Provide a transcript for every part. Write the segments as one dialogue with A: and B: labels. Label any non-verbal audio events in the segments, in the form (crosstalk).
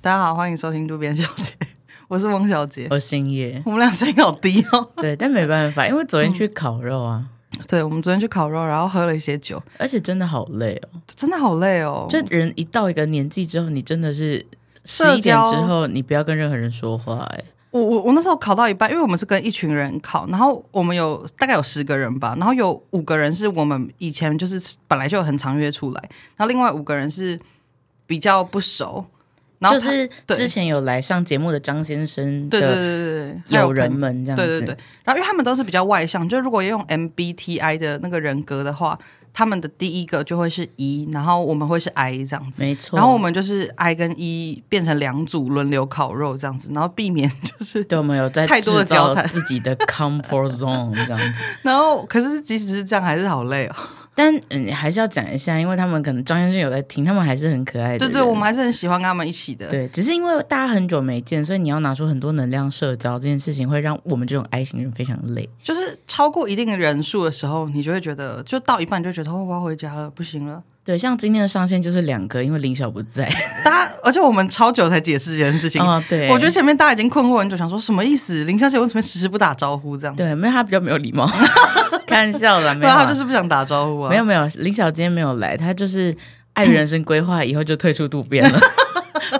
A: 大家好，欢迎收听渡边小姐， (laughs) 我是翁小姐。
B: 我星
A: (laughs)
B: 哦夜。
A: 我们俩声音好低哦。
B: 对，但没办法，因为昨天
A: 嗯
B: 去烤肉啊，
A: 对，我们昨天去烤肉，然后喝了一些酒，
B: 而且真的好累哦。
A: 真的好累哦。
B: 就人一到一个年纪之后，你真的是十
A: 社
B: 一点
A: 交
B: 之后，你不要跟任何人说话、哎，
A: 我我我那时候烤到一半，因为我们是跟一群人烤，然后我们有大概有十个人吧，然后有五个人是我们以前就是本来就有很常约出来，然后另外五个人是比较不熟，然后
B: 就
A: 他
B: 是
A: 对
B: 之前有来上节目的张先生
A: 对对
B: 的
A: 对对对，还
B: 友
A: 朋
B: 人们这样子，
A: 对对对，然后因为他们都是比较外向，就如果用 MBTI 的那个人格的话，他们的第一个就会是 E，然后我们会是 I 这样子。
B: 没错。
A: 然后我们就是 I 跟 E 变成两组轮流烤肉这样子，然后避免 (laughs) 就是，
B: 对我们有在
A: 太多的
B: 制造
A: 交谈
B: 自己的 comfort zone 这样子， (laughs)
A: 然后可是即使是这样还是好累哦。
B: 但嗯还是要讲一下，因为他们可能张先生有在听，他们还是很可爱的
A: 对
B: 人。
A: 对，我们还是很喜欢跟他们一起的。
B: 对，只是因为大家很久没见，所以你要拿出很多能量社交这件事情，会让我们这种 I 型人非常累。
A: 就是超过一定的人数的时候，你就会觉得，就到一半你就觉得，哦，我要回家了，不行了。
B: 对，像今天的上线就是两个，因为林晓不 (laughs) 在
A: 大家，而且我们超久才解释这件事情。
B: 啊、对，
A: 我觉得前面大家已经困惑很久，想说什么意思？林小姐为什么迟迟不打招呼这样子？
B: 对，没有他比较没有礼貌， (laughs) 开玩笑啦，没
A: 对
B: 有
A: 啊，
B: 啦，
A: 他就是不想打招呼啊。
B: 没有没有，林晓今天没有来，他就是碍于人生规划，以后就退出渡边 (laughs) 了。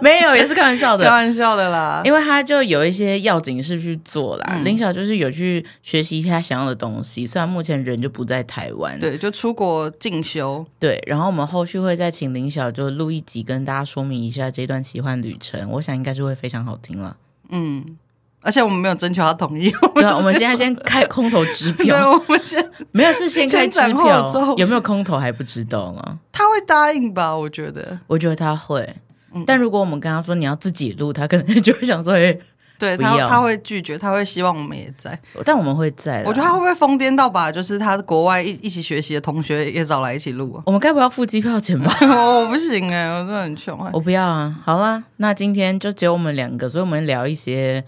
B: 没有，也是开玩笑
A: 开
B: 的。
A: 玩笑的啦。
B: 因为他就有一些要紧事去做啦，林晓就是有去学习他想要的东西，虽然目前人就不在台湾，
A: 对，就出国进修，
B: 对，然后我们后续会再请林晓就录一集跟大家说明一下这段奇幻旅程，我想应该是会非常好听了。
A: 嗯，而且我们没有征求他同
B: (laughs)
A: 意。
B: 对啊，我们现在先开空头
A: (laughs)
B: 支
A: 对，
B: 票，
A: 我们先
B: 没有是先开支
A: 先斩后奏
B: 票，有没有空头还不知道呢。
A: 他会答应吧？我觉得，
B: 我觉得他会，
A: 嗯
B: 但如果我们跟他说你要自己录，他可能 (laughs) 就会想说，哎、
A: 对
B: 不
A: 他
B: 要
A: 他会拒绝，他会希望我们也在。
B: 但我们会在啦。
A: 我觉得他会不会疯癫到把就是他国外一一起学习的同学也找来一起录啊？ (laughs)
B: 我们该不要付机票钱吧？ (laughs)
A: 我不行哎、我真的很穷哎、
B: 我不要啊。好啦，那今天就只有我们两个，所以我们聊一些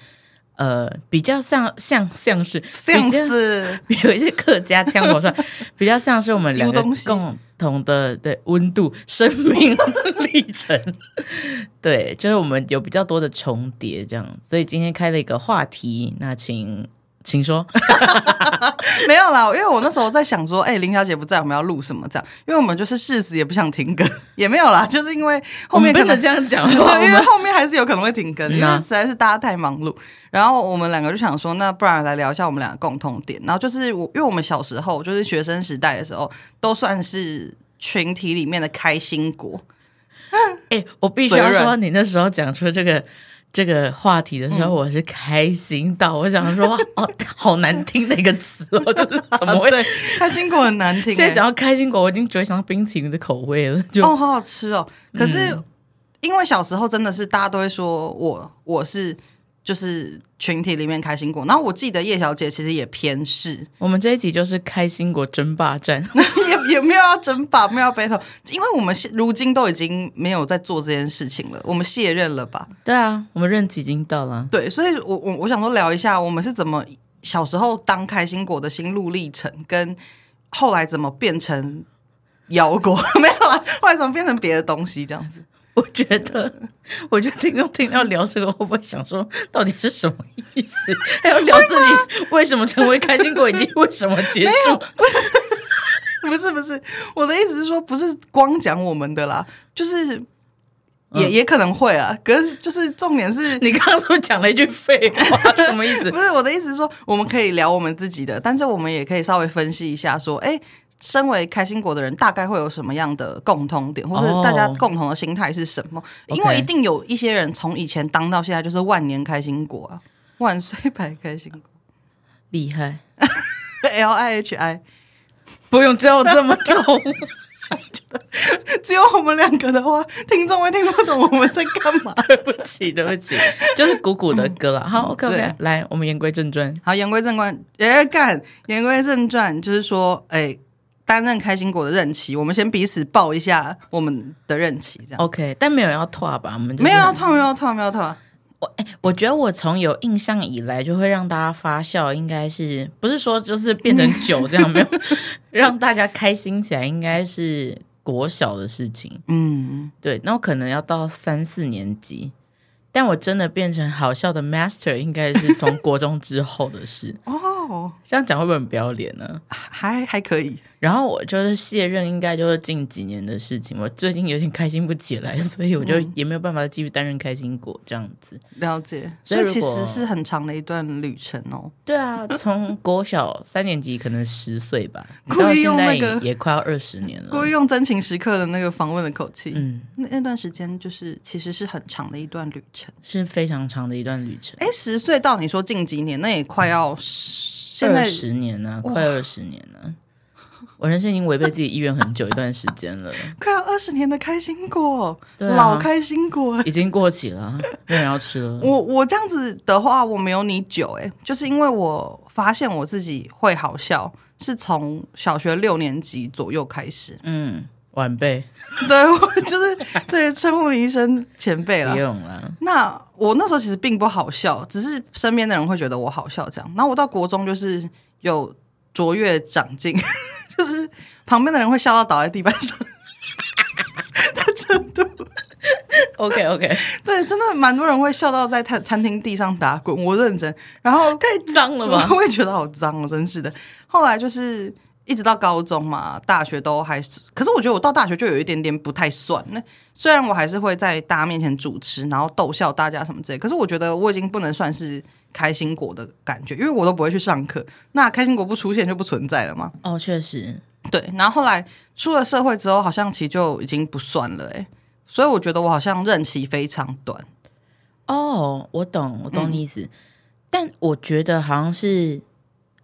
B: 呃比较像像像是
A: 像
B: 比较
A: 是
B: (laughs) 有一些客家腔口 (laughs) 上，比较像是我们两
A: 丢
B: 个
A: 东西
B: 共同的对温度、生命历程。 (laughs) 对，就是我们有比较多的重叠，这样。所以今天开了一个话题，那请请说。
A: 没有啦，因为我那时候在想说，哎、林小姐不在，我们要录什么这样？因为我们就是誓死也不想停更，也没有啦，就是因为后面
B: (laughs) 我
A: 可
B: 们
A: 能
B: 不能这样讲
A: (laughs)
B: 话，
A: 对，因
B: (laughs) 我
A: 为
B: 们
A: 后面还是有可能会停更，
B: 嗯
A: 因为
B: 啊
A: 实在是大家太忙碌。然后我们两个就想说，那不然来聊一下我们两个共同点。然后就是我，因为我们小时候就是学生时代的时候，都算是群体里面的开心果。
B: 哎、我必须要说，你那时候讲出这个。这个话题的时候，我是开心到、我想 (laughs) 说，哦，好难听的一个词哦，就是怎么 (laughs) 会？
A: 呃对，开心果很难听、
B: (laughs) 现在
A: 欸。
B: 讲到开心果，我已经觉得想到冰淇淋的口味了，就、
A: 哦，好好吃哦。可是、
B: 嗯
A: 因为小时候真的是大家都会说我我是就是群体里面开心果，然后我记得叶小姐其实也偏是，
B: 我们这一集就是开心果争霸
A: (laughs)
B: 战，
A: 也也没有要争霸，没有要 battle，因为我们现如今都已经没有在做这件事情了，我们卸任了吧？
B: 对啊，我们任期已经到了。
A: 对，所以我我我想说聊一下，我们是怎么小时候当开心果的心路历程，跟后来怎么变成摇果， (laughs) 没有啊？后来怎么变成别的东西这样子？
B: 我觉得，我觉得听众听到聊这个，会不会想说，到底是什么意思？
A: (laughs)
B: 还要聊自己为什么成为开心果，以及为什么结束？
A: 不是不是，我的意思是说，不是光讲我们的啦，就是也、也可能会啊，可是就是重点是
B: 你刚刚是不是讲了一句废话？什么意
A: (laughs)
B: 思？
A: 不是我的意思是说，我们可以聊我们自己的，但是我们也可以稍微分析一下，说，哎，身为开心果的人，大概会有什么样的共通点，或者
B: 哦
A: 大家共同的心态是什么？因为
B: OK
A: 一定有一些人从以前当到现在，就是万年开心果啊， (laughs) 万岁牌开心果 (laughs)
B: 厉害，
A: ，L I H I，
B: 不用教我这哦么懂。
A: 只有我们两个的话，听众会听不懂我们在干嘛。
B: (laughs) 对不起，对不起，就是鼓鼓的歌了。好，OK
A: 对
B: OK，来，我们言归正传。
A: (laughs) 好，言归正传，哎，干，言归正传，就是说，哎。担任开心果的任期，我们先彼此报一下我们的任期，这样。
B: OK，但没有人要拓吧？我们就是
A: 没有啊要痛，没有要痛，没有要痛。
B: 我觉得我从有印象以来就会让大家发笑，应该是不是说就是变成酒这样没有让大家开心起来，应该是国小的事情。
A: 嗯，
B: 对，那我可能要到三四年级，但我真的变成好笑的 master，应该是从国中之后的事。 (laughs)
A: 哦，
B: 这样讲会不会很不要脸呢？
A: 还还可以，
B: 然后我就是卸任，应该就是近几年的事情。我最近有点开心不起来，所以我就也没有办法继续担任开心果这样子。
A: 了解。所
B: 所以
A: 以
B: 如
A: 其
B: 果
A: 实是很长的一段旅程哦。
B: 对啊，从国小三年级可能十岁吧，
A: (laughs) 故意
B: 到现
A: 用
B: 在
A: 那个
B: 也,、快要二十年
A: 故意
B: 了。
A: 用真情时刻的那个访问的口气，
B: 嗯，
A: 那那段时间就是其实是很长的一段旅程。
B: 是非常长的一段旅程，
A: 哎，十岁到你说近几年，那也快要十现
B: 二
A: 在
B: 十年呢、快二十年了、我人生已经违背自己意愿很久一段时间
A: (laughs)
B: 了，
A: 快要二十年的开心果，
B: 对啊
A: 老开心果。
B: 已经过期了，没有人要吃了。
A: 我我这样子的话，我没有你久哎、就是因为我发现我自己会好笑，是从小学六年级左右开始。
B: 嗯，晚辈
A: (laughs) 对我就是对称呼你一声前辈
B: 不
A: 了。
B: 用
A: (laughs)
B: 了。
A: 那我那时候其实并不好笑，只是身边的人会觉得我好笑这样。然后我到国中就是有卓越长进， (laughs) 就是旁边的人会笑到倒在地板上 (laughs) 的程度。
B: OK OK，
A: 对，真的蛮多人会笑到在餐餐厅地上打滚，我认真。然后
B: 太 (laughs) 脏了吧？
A: 我也觉得好脏哦，真是的。后来就是一直到高中嘛，大学都还，可是我觉得我到大学就有一点点不太算。那虽然我还是会在大家面前主持，然后逗笑大家什么之类，可是我觉得我已经不能算是开心果的感觉，因为我都不会去上课，那开心果不出现就不存在了嘛。
B: 哦，确实，
A: 对，然后后来出了社会之后，好像其实就已经不算了、欸，所以我觉得我好像任期非常短。
B: 哦，我懂，我
A: 嗯
B: 懂你意思，但我觉得好像是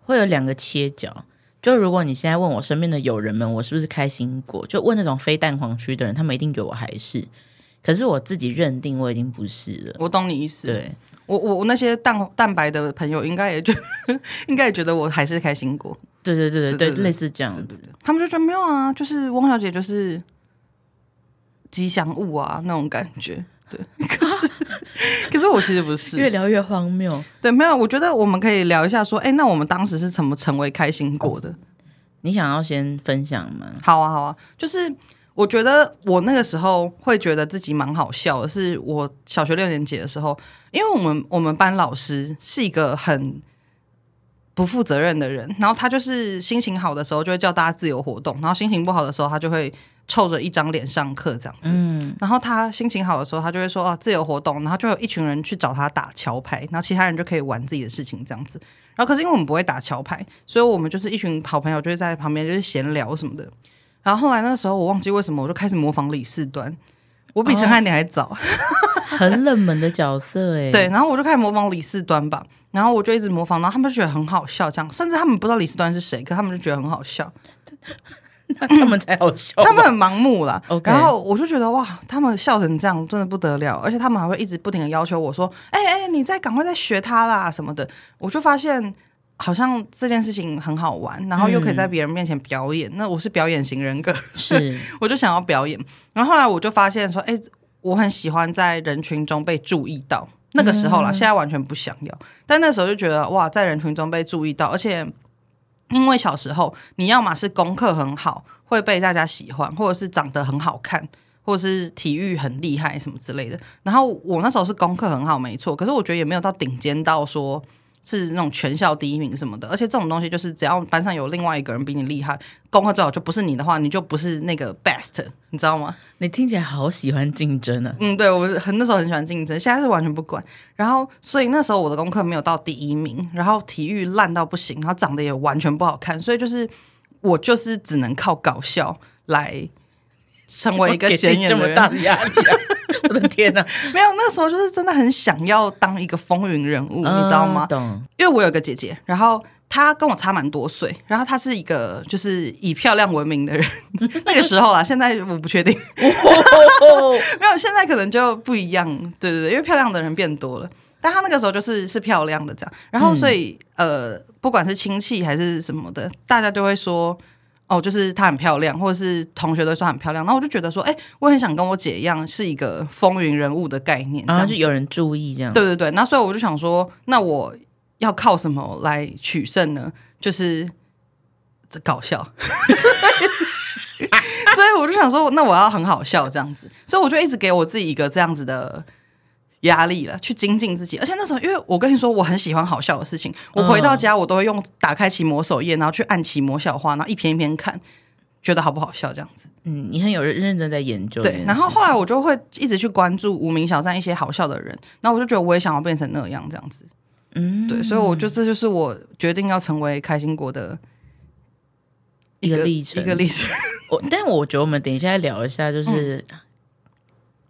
B: 会有两个切角。就如果你现在问我身边的友人们，我是不是开心果？就问那种非蛋黄区的人，他们一定觉得我还是，可是我自己认定我已经不是了。
A: 我懂你意思，
B: 对，
A: 我我我那些蛋蛋白的朋友应该也觉得 (laughs) 应该也觉得我还是开心果，
B: 对对对对
A: 对
B: 对，
A: 对
B: 类似这样子。
A: 他们就觉得没有啊，就是汪小姐就是吉祥物啊那种感觉。对，可是可是我其实不
B: 越
A: 是，
B: 聊越荒谬。
A: 对，没有。我觉得我们可以聊一下，说，哎、那我们当时是怎么成为开心果的？
B: 你想要先分享吗？
A: 好啊，好啊，就是我觉得我那个时候会觉得自己蛮好笑的，是我小学六年级的时候，因为我们我们班老师是一个很不负责任的人，然后他就是心情好的时候就会叫大家自由活动，然后心情不好的时候他就会臭着一张脸上课这样子。
B: 嗯，
A: 然后他心情好的时候，他就会说啊自由活动，然后就有一群人去找他打桥牌，然后其他人就可以玩自己的事情这样子。然后可是因为我们不会打桥牌，所以我们就是一群好朋友，就会在旁边就是闲聊什么的。然后后来那时候我忘记为什么，我就开始模仿李四端，我比陈汉典还早。
B: 哦很冷门的角色哎、
A: 对，，然后我就开始模仿李四端吧，然后我就一直模仿，然后他们就觉得很好笑，这样，甚至他们不知道李四端是谁，可他们就觉得很好笑，
B: 他们才好笑吧。
A: 他们很盲目啦。
B: 哦 OK
A: 然后我就觉得哇，他们笑成这样真的不得了，而且他们还会一直不停的要求我说，哎、哎、你再赶快再学他啦什么的，我就发现。好像这件事情很好玩，然后又可以在别人面前表演。那我是表演型人格，
B: 嗯是
A: 我就想要表演。然后后来我就发现说，哎、我很喜欢在人群中被注意到。那个时候啦，现在完全不想要，但那时候就觉得哇，在人群中被注意到，而且因为小时候你要么是功课很好，会被大家喜欢，或者是长得很好看。或者是体育很厉害什么之类的，然后我那时候是功课很好，没错，可是我觉得也没有到顶尖到说是那种全校第一名什么的，而且这种东西就是只要班上有另外一个人比你厉害，功课最好就不是你的话，你就不是那个 best，你知道吗？
B: 你听起来好喜欢竞争啊。
A: 嗯，对我很那时候很喜欢竞争，现在是完全不管。然后，所以那时候我的功课没有到第一名，然后体育烂到不行，然后长得也完全不好看，所以就是我就是只能靠搞笑来成为一个
B: 给自己
A: 显眼
B: 这
A: 的
B: 么
A: 人。
B: 大的压力、啊， (laughs) 我的天啊哪、
A: 没有，那时候就是真的很想要当一个风云人物，你知道吗
B: 嗯？
A: (laughs)
B: 懂，
A: 因为我有个姐姐，然后她跟我差蛮多岁，然后她是一个就是以漂亮闻名的人。 (laughs) 那个时候啦，现在我不确定， (laughs) 没有，现在可能就不一样。对对对，因为漂亮的人变多了，但她那个时候就是是漂亮的这样。然后所以、呃，不管是亲戚还是什么的，大家就会说。哦，就是她很漂亮，或者是同学都说她很漂亮，然后我就觉得说，哎、我很想跟我姐一样，是一个风云人物的概念，这
B: 然
A: 样
B: 后
A: 子
B: 啊就有人注意这样。
A: 对对对，那所以我就想说，那我要靠什么来取胜呢？就是这搞笑。 (laughs) 所以我就想说，那我要很好笑这样子，所以我就一直给我自己一个这样子的压力了，去精进自己。而且那时候，因为我跟你说，我很喜欢好笑的事情，我回到家我都会用打开奇摩首页，然后去按奇摩笑话，然后一篇一篇看，觉得好不好笑这样子。
B: 嗯，你很有认认真在研究这
A: 对
B: 件事，情。
A: 然后后来我就会一直去关注无名小站一些好笑的人，然后我就觉得我也想要变成那样这样子。
B: 嗯，
A: 对，所以我就这就是我决定要成为开心果的
B: 一个历程
A: 一个历程。
B: 我，但我觉得我们等一下聊一下，就是
A: 嗯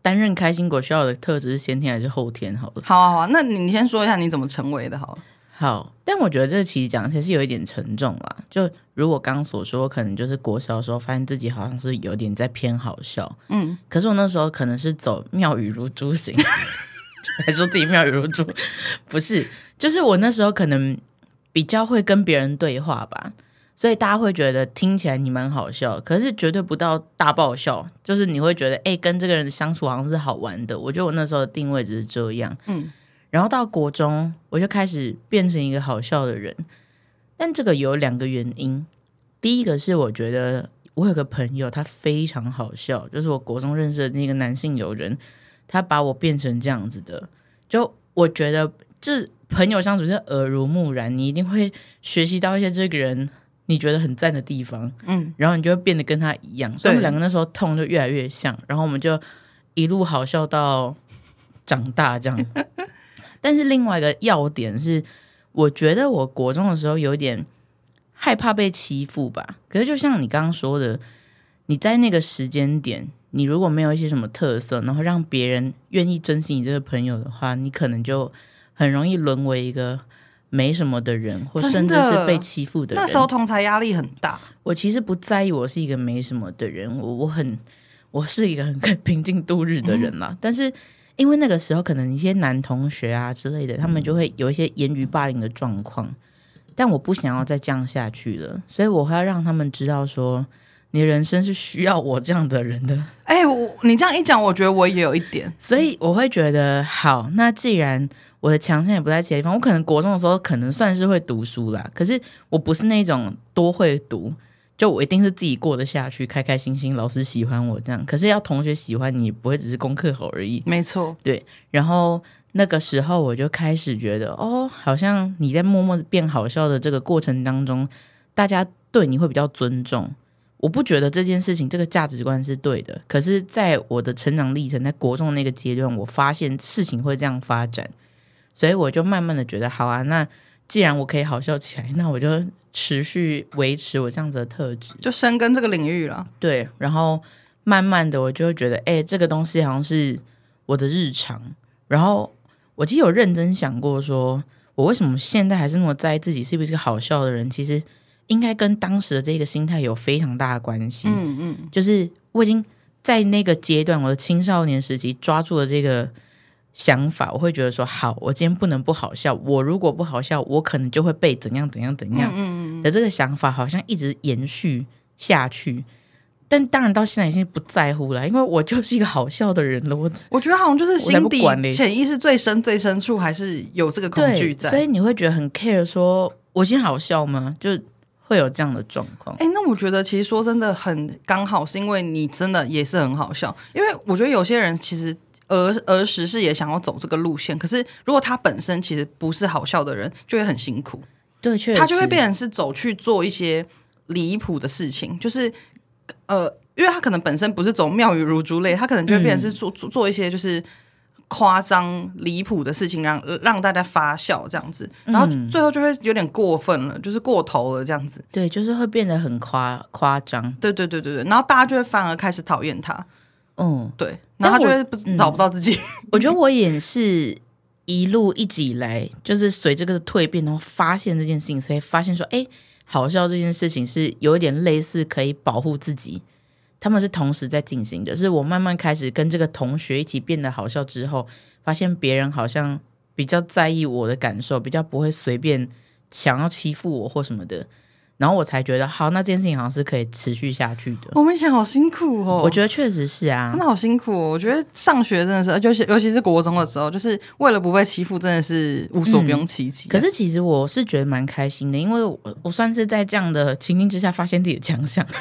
B: 担任开心果需要的特质是先天还是后天好了。
A: 好啊，好啊，那你先说一下你怎么成为的，好了。
B: 好，但我觉得这其实讲起来是有一点沉重啦。就如我刚所说，我可能就是国小的时候发现自己好像是有点在偏好笑，嗯，可是我那时候可能是走妙语如珠 (laughs) 型，还说自己妙语如珠，不是，就是我那时候可能比较会跟别人对话吧，所以大家会觉得听起来你蛮好笑，可是绝对不到大爆笑，就是你会觉得哎、诶跟这个人相处好像是好玩的。我觉得我那时候的定位只是这样，
A: 嗯
B: 嗯。然后到国中，我就开始变成一个好笑的人，但这个有两个原因。第一个是我觉得我有个朋友，他非常好笑，就是我国中认识的那个男性友人，他把我变成这样子的。就我觉得这朋友相处是耳濡目染，你一定会学习到一些这个人你觉得很赞的地方，
A: 嗯，
B: 然后你就会变得跟他一样。所以我
A: 对
B: 们两个那时候痛就越来越像，然后我们就一路好笑到长大这样。
A: (laughs)
B: 但是另外一个要点是，我觉得我国中的时候有一点害怕被欺负吧。可是就像你刚刚说的，你在那个时间点，你如果没有一些什么特色，然后让别人愿意珍惜你这个朋友的话，你可能就很容易沦为一个没什么的人，或
A: 真
B: 甚至
A: 的
B: 是被欺负的人。
A: 那时候同才压力很大，
B: 我其实不在意我是一个没什么的人，我我很我是一个很 (laughs) 平静度日的人啦。但是因为那个时候可能一些男同学啊之类的，他们就会有一些言语霸凌的状况，但我不想要再这样下去了，所以我会要让他们知道说，你的人生是需要我这样的人的。
A: 哎、我你这样一讲，我觉得我也有一点，
B: 所以我会觉得，好，那既然我的强项也不在其他地方，我可能国中的时候可能算是会读书啦，可是我不是那种多会读，就我一定是自己过得下去，开开心心，老师喜欢我这样。可是要同学喜欢你，不会只是功课好而已。
A: 没错，
B: 然后那个时候我就开始觉得，哦，好像你在默默地变好笑的这个过程当中，大家对你会比较尊重。我不觉得这件事情这个价值观是对的，可是在我的成长历程，在国中那个阶段，我发现事情会这样发展，所以我就慢慢的觉得，好啊，那既然我可以好笑起来，那我就持续维持我这样子的特质。
A: 就深耕这个领域了。
B: 对，然后慢慢的我就会觉得，哎、这个东西好像是我的日常。然后我其实有认真想过说，我为什么现在还是那么在意自己是不是个好笑的人？其实应该跟当时的这个心态有非常大的关系。
A: 嗯嗯，
B: 就是我已经在那个阶段，我的青少年时期抓住了这个想法，我会觉得说，好，我今天不能不好笑，我如果不好笑，我可能就会被怎样怎样怎样的这个想法，好像一直延续下去。但当然，到现在已经不在乎了，因为我就是一个好笑的人了。我
A: 我觉得好像就是
B: 我才
A: 心
B: 不
A: 底
B: 管嘞
A: 潜意识最深最深处还是有这个恐惧
B: 对，
A: 在。
B: 所以你会觉得很 care，说我今天好笑吗？就会有这样的状况。
A: 哎、那我觉得其实说真的很刚好，是因为你真的也是很好笑。因为我觉得有些人其实儿儿时是也想要走这个路线，可是如果他本身其实不是好笑的人，就会很辛苦，
B: 对，确实，
A: 他就会变成是走去做一些离谱的事情，就是呃，因为他可能本身不是走妙语如珠类，他可能就会变
B: 嗯
A: 成是做、做做一些就是。夸张离谱的事情让让大家发笑这样子，然后
B: 嗯
A: 最后就会有点过分了，就是过头了这样子。
B: 对，就是会变得很夸夸张。
A: 对对对对对，然后大家就会反而开始讨厌他，
B: 嗯，
A: 对，然
B: 但
A: 后他就
B: 我
A: 会不找不到自己，
B: 我觉得我也是一路一直以来，就是随这个蜕变，然后发现这件事情，所以发现说，哎，好笑这件事情是有一点类似可以保护自己，他们是同时在进行的。是我慢慢开始跟这个同学一起变得好笑之后，发现别人好像比较在意我的感受，比较不会随便想要欺负我或什么的，然后我才觉得，好，那这件事情好像是可以持续下去的。
A: (laughs) 我们以前好辛苦哦，
B: 我觉得确实是啊
A: 真，的好辛苦、哦。我觉得上学真的是，尤其尤其是国中的时候，就是为了不被欺负，真的是无所不用其极、啊
B: 可是其实我是觉得蛮开心的，因为我我算是在这样的情境之下发现自己的强项。 (laughs)
A: 哎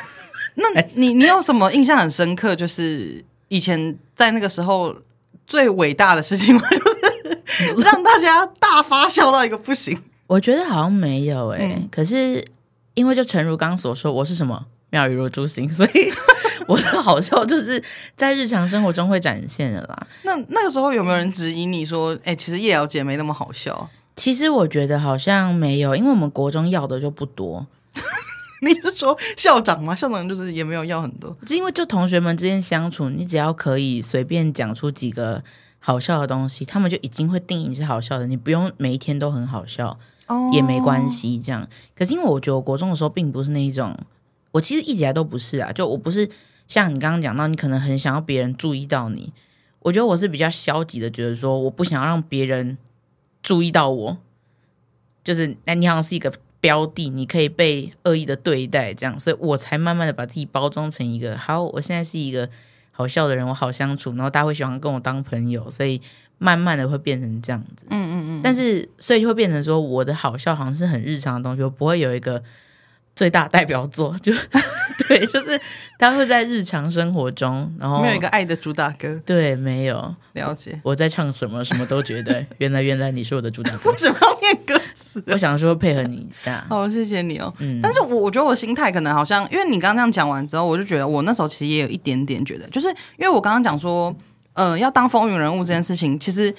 A: 那你你有什么印象很深刻？就是以前在那个时候最伟大的事情吗？ (laughs) 就是让大家大发笑到一个不行。
B: 我觉得好像没有哎、
A: 嗯
B: 可是因为就诚如刚所说，我是什么妙语如珠心，所以 (laughs) 我的好笑就是在日常生活中会展现的啦。
A: 那那个时候有没有人质疑你说，哎、其实叶瑶姐没那么好笑？啊
B: 其实我觉得好像没有，因为我们国中要的就不多，
A: (laughs) 你是说校长吗？校长就是也没有要很多。
B: 是因为就同学们之间相处，你只要可以随便讲出几个好笑的东西，他们就已经会定义你是好笑的，你不用每一天都很好笑。
A: 哦
B: 也没关系，这样。可是因为我觉得我国中的时候并不是那一种，我其实一直以来都不是啊，就我不是像你刚刚讲到，你可能很想要别人注意到你，我觉得我是比较消极的，觉得说我不想要让别人注意到我，就是那你好像是一个标的，你可以被恶意的对待这样，所以我才慢慢的把自己包装成一个好，我现在是一个好笑的人，我好相处，然后大家会喜欢跟我当朋友，所以慢慢的会变成这样子。嗯嗯嗯。但是所以就会变成说，我的好笑好像是很日常的东西，我不会有一个最大代表作，就 (laughs) 对，就是他会在日常生活中，然后
A: 没有一个爱的主打歌，
B: 对没有。
A: 了解。
B: 我在唱什么，什么都觉得原来原来你是我的主打
A: (laughs)
B: 歌
A: 为。什么要念歌词？
B: 我想说配合你一下，
A: 好，谢谢你哦。但是我我觉得我心态可能好像，因为你刚刚这样讲完之后，我就觉得我那时候其实也有一点点觉得，就是因为我刚刚讲说，呃，要当风云人物这件事情，其实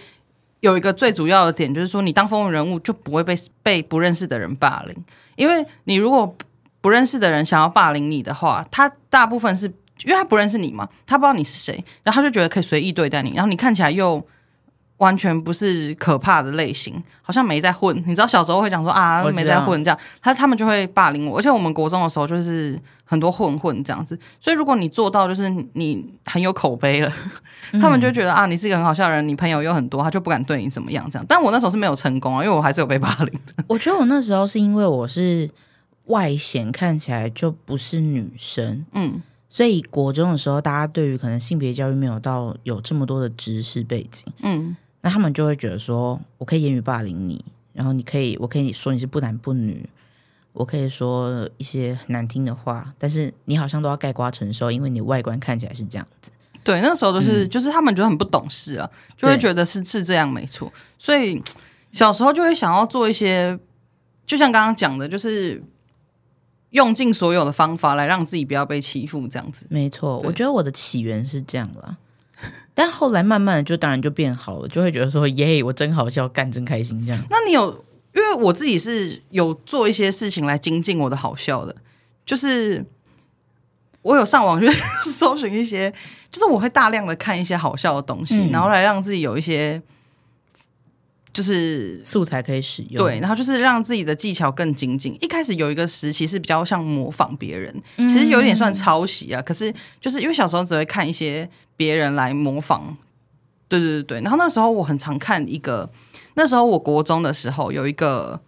A: 有一个最主要的点，就是说你当风云人物就不会被被不认识的人霸凌，因为你如果不认识的人想要霸凌你的话，他大部分是因为他不认识你嘛，他不知道你是谁，然后他就觉得可以随意对待你，然后你看起来又。完全不是可怕的类型，好像没在混。你知道小时候会讲说啊
B: 我知道
A: 没在混这样，他他们就会霸凌我。而且我们国中的时候就是很多混混这样子，所以如果你做到就是你很有口碑了，
B: 嗯
A: 他们就觉得啊你是一个很好笑的人，你朋友又很多，他就不敢对你怎么样这样。但我那时候是没有成功啊，因为我还是有被霸凌的。
B: 我觉得我那时候是因为我是外显看起来就不是女生，
A: 嗯，
B: 所以国中的时候，大家对于可能性别教育没有到有这么多的知识背景，
A: 嗯，
B: 那他们就会觉得说，我可以言语霸凌你，然后你可以，我可以说你是不男不女，我可以说一些很难听的话，但是你好像都要盖瓜承受，因为你外观看起来是这样子。
A: 对，那时候都是、就是他们觉得很不懂事啊，就会
B: 嗯对
A: 觉得是是这样没错，所以小时候就会想要做一些，就像刚刚讲的，就是用尽所有的方法来让自己不要被欺负，这样子。
B: 没错，
A: 对
B: 我觉得我的起源是这样啦。但后来慢慢的就当然就变好了，就会觉得说耶，我真好笑，干真开心这样。
A: 那你有，因为我自己是有做一些事情来精进我的好笑的，就是我有上网去 (laughs) 搜寻一些，就是我会大量的看一些好笑的东西，
B: 嗯
A: 然后来让自己有一些。就是
B: 素材可以使用。
A: 对，，然后就是让自己的技巧更精进。一开始有一个时期是比较像模仿别人，其实有点算抄袭啊。可是就是因为小时候只会看一些别人来模仿，对对对对。然后那时候我很常看一个，那时候我国中的时候有一个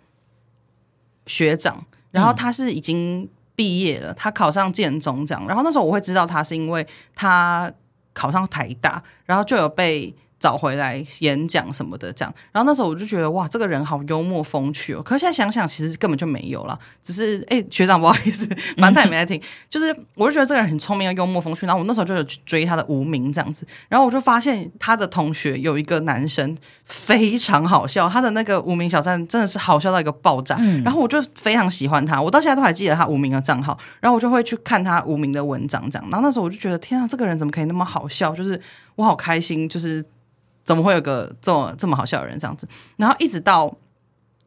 A: 学长，然后他是已经毕业了，他考上建中这样。然后那时候我会知道他是因为他考上台大，然后就有被找回来演讲什么的这样。然后那时候我就觉得哇，这个人好幽默风趣哦。可是现在想想，其实根本就没有啦，只是哎、学长不好意思， (laughs) 反正他也没在听。就是我就觉得这个人很聪明，幽默风趣。然后我那时候就有去追他的无名这样子，然后我就发现他的同学有一个男生非常好笑，他的那个无名小站真的是好笑到一个爆炸。然后我就非常喜欢他，我到现在都还记得他无名的账号，然后我就会去看他无名的文章这样。然后那时候我就觉得天啊，这个人怎么可以那么好笑？就是我好开心，就是怎么会有个这么这么好笑的人这样子？然后一直到，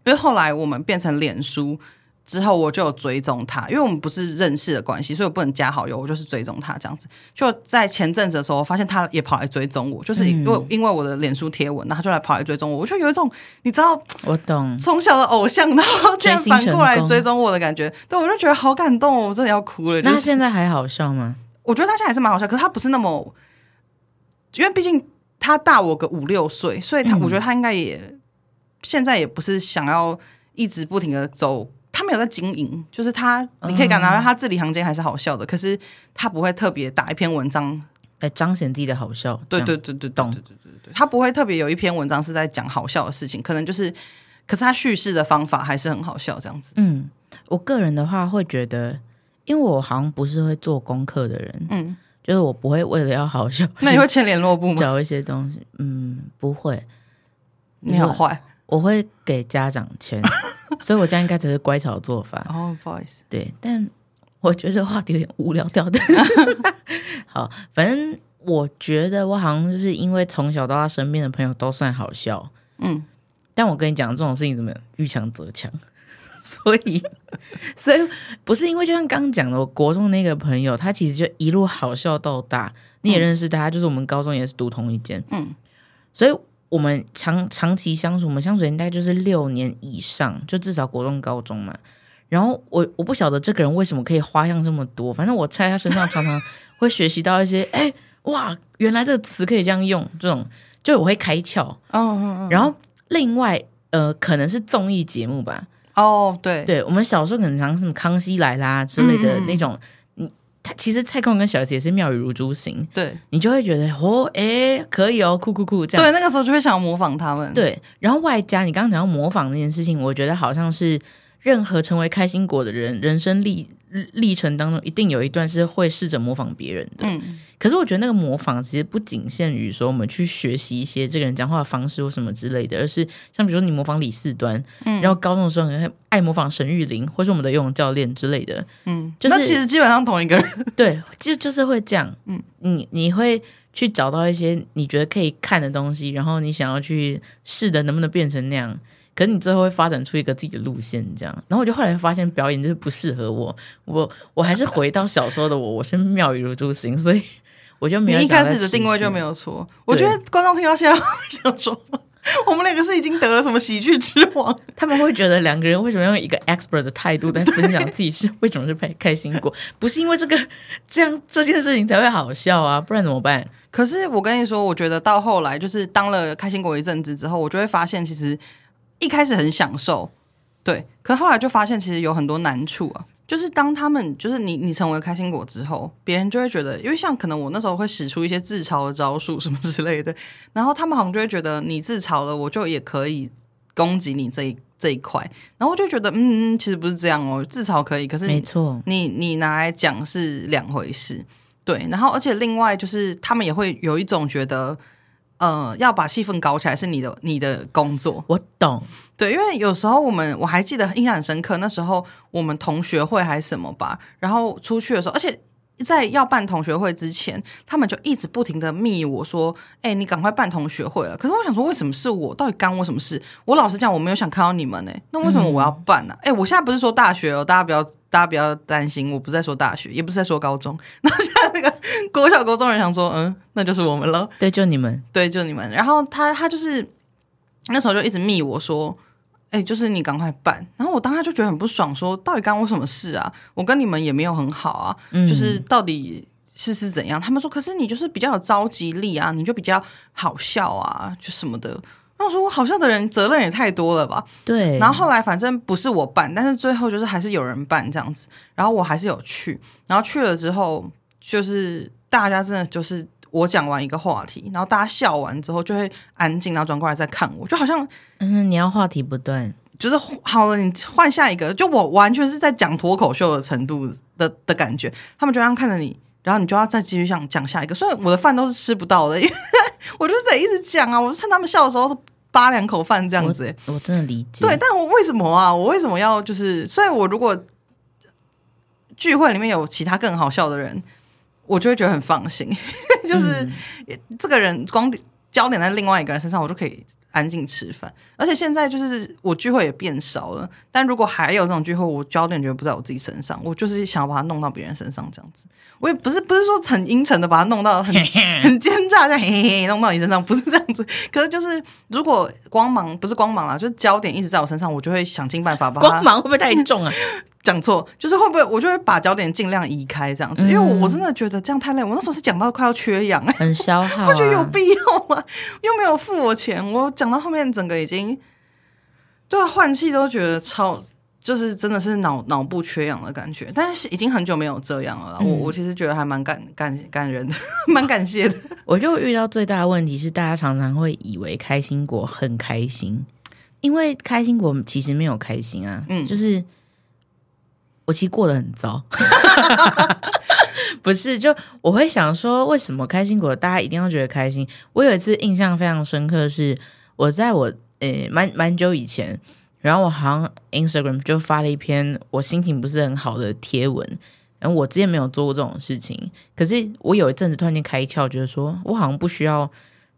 A: 因为后来我们变成脸书之后，我就有追踪他，因为我们不是认识的关系，所以我不能加好友，我就是追踪他这样子。就在前阵子的时候，我发现他也跑来追踪我，
B: 嗯
A: 就是因为、因为我的脸书贴文，然后他就来跑来追踪我，我就有哦一种你知道
B: 我懂。
A: 从小的偶像，然后竟然
B: 追星
A: 反
B: 成
A: 过来
B: 功
A: 追踪我的感觉，对我就觉得好感动哦，我真的要哭了。就
B: 那
A: 是
B: 现在还好笑吗？
A: 我觉得他现在还是蛮好笑，可是他不是那么，因为毕竟他大我个五六岁，所以他、我觉得他应该也现在也不是想要一直不停的走，他没有在经营，就是他你可以感觉到他字里行间还是好笑的，可是他不会特别打一篇文章，
B: 来哎彰显自己的好笑。
A: 对
B: 这样
A: 对对对，
B: 懂
A: 对对对对，他不会特别有一篇文章是在讲好笑的事情，可能就是，可是他叙事的方法还是很好笑这样子，
B: 嗯，我个人的话会觉得，因为我好像不是会做功课的人，
A: 嗯，
B: 就是我不会为了要好笑，
A: (laughs) 那你会签联络 (laughs) 簿吗？
B: 找一些东西，嗯，不会，
A: 你好坏
B: 我会给家长
A: (laughs)
B: 签，所以我家应该只是乖巧的做法。
A: 哦，不好意思，
B: 对，但我觉得这话题有点无聊掉的。
A: (laughs)
B: 好，反正我觉得我好像就是因为从小到大身边的朋友都算好笑，
A: 嗯，
B: 但我跟你讲这种事情怎么样遇强则强， (laughs) 所以 (laughs) 所以不是因为就像刚刚讲的，我国中那个朋友他其实就一路好笑到大，你也认识他，就是我们高中也是读同一间，
A: 嗯，
B: 所以。我们长长期相处，我们相处应该就是六年以上，就至少国中、高中嘛。然后我我不晓得这个人为什么可以花样这么多，反正我猜他身上常常会学习到一些，哎、哇，原来这个词可以这样用，这种就我会开窍。
A: 嗯嗯
B: 然后另外呃，可能是综艺节目吧，
A: 嗯，哦，对，
B: 对我们小时候很常什么《康熙来啦》之类的
A: 嗯嗯嗯
B: 那种，你他其实蔡康永跟小 S 也是妙语如珠型，
A: 对
B: 你就会觉得哦，哎，可以哦，酷酷酷这样。
A: 对，那个时候就会想模仿他们，，
B: 对，然后外加你刚刚讲到模仿那件事情，我觉得好像是任何成为开心果的人人生历历程当中，一定有一段是会试着模仿别人的。
A: 嗯，
B: 可是我觉得那个模仿其实不仅限于说我们去学习一些这个人讲话的方式或什么之类的，而是像比如说你模仿李四端，
A: 嗯
B: 然后高中的时候很爱爱模仿沈玉琳或是我们的游泳教练之类的，
A: 嗯，
B: 就是
A: 那其实基本上同一个人，
B: 对，就就是会这样。嗯，你你会去找到一些你觉得可以看的东西，然后你想要去试的能不能变成那样。可是你最后会发展出一个自己的路线，这样。然后我就后来发现表演就是不适合我，我我还是回到小时候的我，我是妙语如珠型，所以我就没
A: 你
B: 有
A: 一
B: 想
A: 开
B: 再
A: 始的定位
B: 持续
A: 就没有错。我觉得观众听到现在会想说， (laughs) 我们两个是已经得了什么喜剧之王？
B: 他们会觉得两个人为什么用一个 expert 的态度在分享自己是为什么是开开心果？不是因为这个这样这件事情才会好笑啊，不然怎么办？
A: 可是我跟你说，我觉得到后来就是当了开心果一阵子之后，我就会发现，其实一开始很享受，对，可后来就发现其实有很多难处啊。就是当他们就是你你成为开心果之后，别人就会觉得，因为像可能我那时候会使出一些自嘲的招数什么之类的，然后他们好像就会觉得你自嘲了，我就也可以攻击你这一这一块，然后我就觉得，嗯，嗯其实不是这样哦，自嘲可以，可是
B: 没错，
A: 你你拿来讲是两回事，对。然后而且另外就是他们也会有一种觉得，呃，要把气氛搞起来是你的你的工作，
B: 我懂，
A: 对。因为有时候我们我还记得印象很深刻，那时候我们同学会还是什么吧，然后出去的时候，而且。在要办同学会之前，他们就一直不停的密我说：“哎、你赶快办同学会了。”可是我想说，为什么是我？到底干我什么事？我老实讲，我没有想看到你们呢、欸那为什么我要办呢、哎、我现在不是说大学哦，大家不要，大家不要担心，我不是在说大学，也不是在说高中。 (laughs) 然后现在那个国小国中人想说，嗯，那就是我们了。
B: 对，就你们，
A: 对，就你们。然后他他就是那时候就一直密我说，哎、就是你赶快办。然后我当时就觉得很不爽说到底干我什么事啊？我跟你们也没有很好啊，
B: 嗯
A: 就是到底。是是怎样？他们说，可是你就是比较有召集力啊，你就比较好笑啊，就什么的。那我说，我好笑的人责任也太多了吧？
B: 对，
A: 然后后来反正不是我办，但是最后就是还是有人办这样子，然后我还是有去，然后去了之后就是大家真的就是我讲完一个话题，然后大家笑完之后就会安静，然后转过来再看我，就好像
B: 嗯，你要话题不断，
A: 就是好了，你换下一个，就我完全是在讲脱口秀的程度的的感觉，他们就这样看着你，然后你就要再继续想讲下一个，所以我的饭都是吃不到的，因为我就是得一直讲啊，我趁他们笑的时候是扒两口饭这样子、欸
B: 我真的理解。
A: 对，，但我为什么啊？我为什么要就是？所以我如果聚会里面有其他更好笑的人，我就会觉得很放心， (laughs) 就是、这个人光焦点在另外一个人身上，我就可以安静吃饭。而且现在就是我聚会也变少了，但如果还有这种聚会，我焦点绝对不在我自己身上，我就是想要把它弄到别人身上这样子。我也不是不是说很阴沉的把它弄到
B: (laughs)
A: 很很奸诈，这样嘿嘿嘿弄到你身上，不是这样子。可是就是如果光芒不是光芒啦，就是焦点一直在我身上，我就会想尽办法把它
B: 光芒会不会太重啊？
A: 讲错，就是会不会我就会把焦点尽量移开这样
B: 嗯
A: 子，因为我我真的觉得这样太累，我那时候是讲到快要缺氧、欸，
B: 很消耗、啊，
A: 我觉得有必要吗？又没有付我钱，我讲到后面整个已经对啊，换气都觉得超。就是真的是脑脑部缺氧的感觉，但是已经很久没有这样了啦。我我其实觉得还蛮感感感人的，蛮感谢的。
B: 我就遇到最大的问题是，大家常常会以为开心果很开心，因为开心果其实没有开心啊，嗯，就是我其实过得很糟， (laughs) 不是，就我会想说，为什么开心果大家一定要觉得开心？我有一次印象非常深刻是，我在我呃蛮蛮久以前，然后我好像 Instagram 就发了一篇我心情不是很好的贴文，然嗯后我之前没有做过这种事情，可是我有一阵子突然间开窍，觉得说我好像不需要